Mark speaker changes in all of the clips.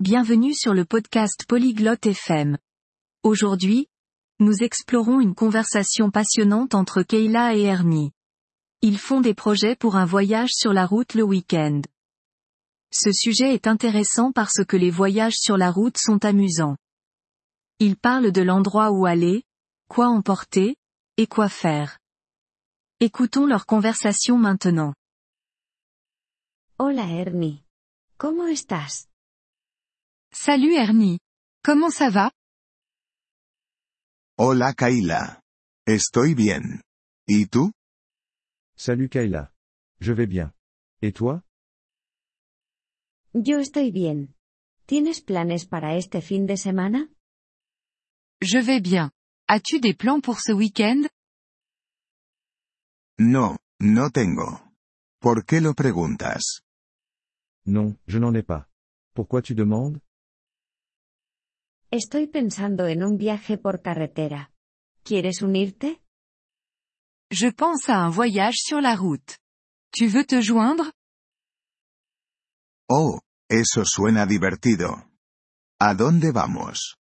Speaker 1: Bienvenue sur le podcast Polyglotte FM. Aujourd'hui, nous explorons une conversation passionnante entre Kayla et Ernie. Ils font des projets pour un voyage sur la route le week-end. Ce sujet est intéressant parce que les voyages sur la route sont amusants. Ils parlent de l'endroit où aller, quoi emporter, et quoi faire. Écoutons leur conversation maintenant.
Speaker 2: Hola Ernie. ¿Cómo estás?
Speaker 1: Salut Ernie. Comment ça va
Speaker 3: Hola Kayla. Estoy bien. ¿Y tú?
Speaker 4: Salut Kayla. Je vais bien. Et toi
Speaker 2: Yo estoy bien. ¿Tienes planes para este fin de semana?
Speaker 1: Je vais bien. As-tu des plans pour ce week-end
Speaker 3: No, no tengo. ¿Por qué lo preguntas?
Speaker 4: Non, je n'en ai pas. Pourquoi tu demandes
Speaker 2: Estoy pensando en un viaje por carretera. ¿Quieres unirte?
Speaker 1: Je pense à un voyage sur la route. Tu veux te joindre
Speaker 3: Oh, eso suena divertido. ¿A dónde vamos?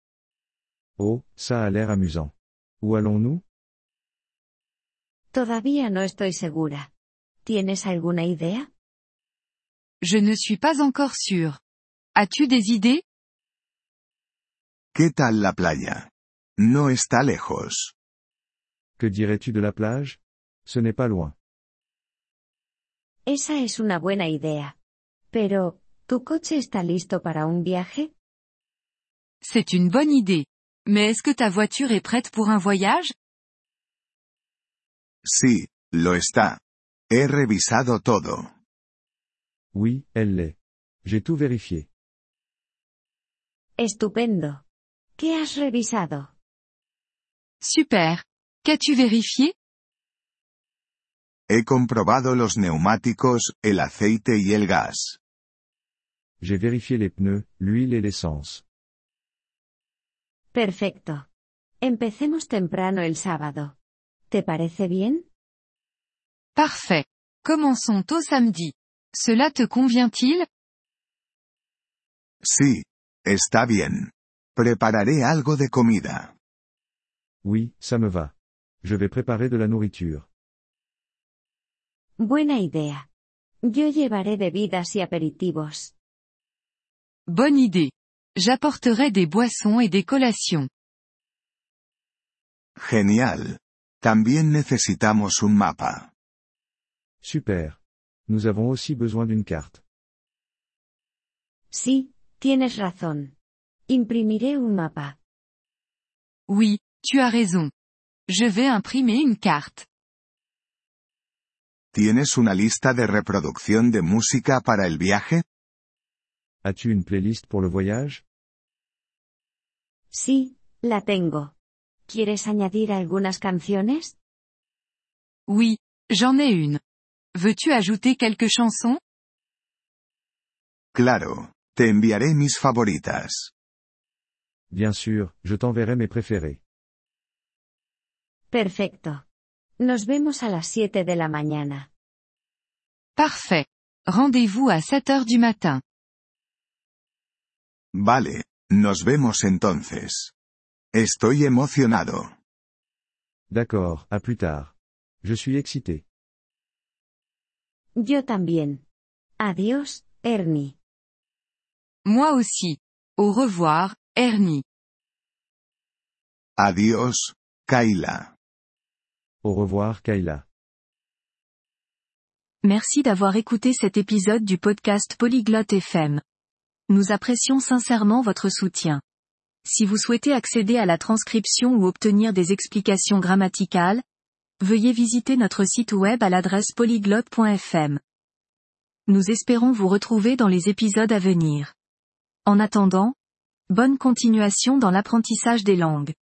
Speaker 4: Oh, ça a l'air amusant. Où allons-nous
Speaker 2: Todavía no estoy segura. ¿Tienes alguna idea?
Speaker 1: Je ne suis pas encore sûre. As-tu des idées
Speaker 3: ¿Qué tal la playa? No está lejos.
Speaker 4: Que dirais-tu de la plage Ce n'est pas loin.
Speaker 2: Esa es una buena idea. Pero, ¿tu coche está listo para un viaje?
Speaker 1: C'est une bonne idée. Mais est-ce que ta voiture est prête pour un voyage
Speaker 3: Sí, lo está. He revisado todo.
Speaker 4: Oui, elle l'est. J'ai tout vérifié.
Speaker 2: Estupendo. ¿Qué has revisado?
Speaker 1: Super. Qu'as-tu vérifié
Speaker 3: He comprobado los neumáticos, el aceite y el gas.
Speaker 4: J'ai vérifié les pneus, l'huile et l'essence.
Speaker 2: Perfecto. Empecemos temprano el sábado. ¿Te parece bien?
Speaker 1: Parfait. Commençons au samedi. Cela te convient-il
Speaker 3: Sí, está bien. Prepararé algo de comida.
Speaker 4: Oui, ça me va. Je vais préparer de la nourriture.
Speaker 2: Buena idea. Yo llevaré bebidas y aperitivos.
Speaker 1: Bonne idée. J'apporterai des boissons et des collations.
Speaker 3: Genial. También necesitamos un mapa.
Speaker 4: Super. Nous avons aussi besoin d'une carte.
Speaker 2: Sí, tienes razón. Imprimiré un mapa.
Speaker 1: Oui, tu as raison. Je vais imprimer une carte.
Speaker 3: ¿Tienes una lista de reproducción de música para el viaje?
Speaker 4: As-tu une playlist pour le voyage
Speaker 2: Sí, la tengo. ¿Quieres añadir algunas canciones?
Speaker 1: Oui, j'en ai une. Veux-tu ajouter quelques chansons
Speaker 3: Claro, te enviaré mis favoritas.
Speaker 4: Bien sûr, je t'enverrai mes préférés.
Speaker 2: Perfecto. Nos vemos a las 7 de la mañana.
Speaker 1: Parfait. Rendez-vous à 7 heures du matin.
Speaker 3: Vale, nos vemos entonces. Estoy emocionado.
Speaker 4: D'accord, à plus tard. Je suis excité.
Speaker 2: Yo también. Adiós, Ernie.
Speaker 1: Moi aussi. Au revoir, Ernie.
Speaker 3: Adiós, Kayla.
Speaker 4: Au revoir Kayla.
Speaker 1: Merci d'avoir écouté cet épisode du podcast Polyglotte FM. Nous apprécions sincèrement votre soutien. Si vous souhaitez accéder à la transcription ou obtenir des explications grammaticales, veuillez visiter notre site web à l'adresse polyglotte.fm. Nous espérons vous retrouver dans les épisodes à venir. En attendant, bonne continuation dans l'apprentissage des langues.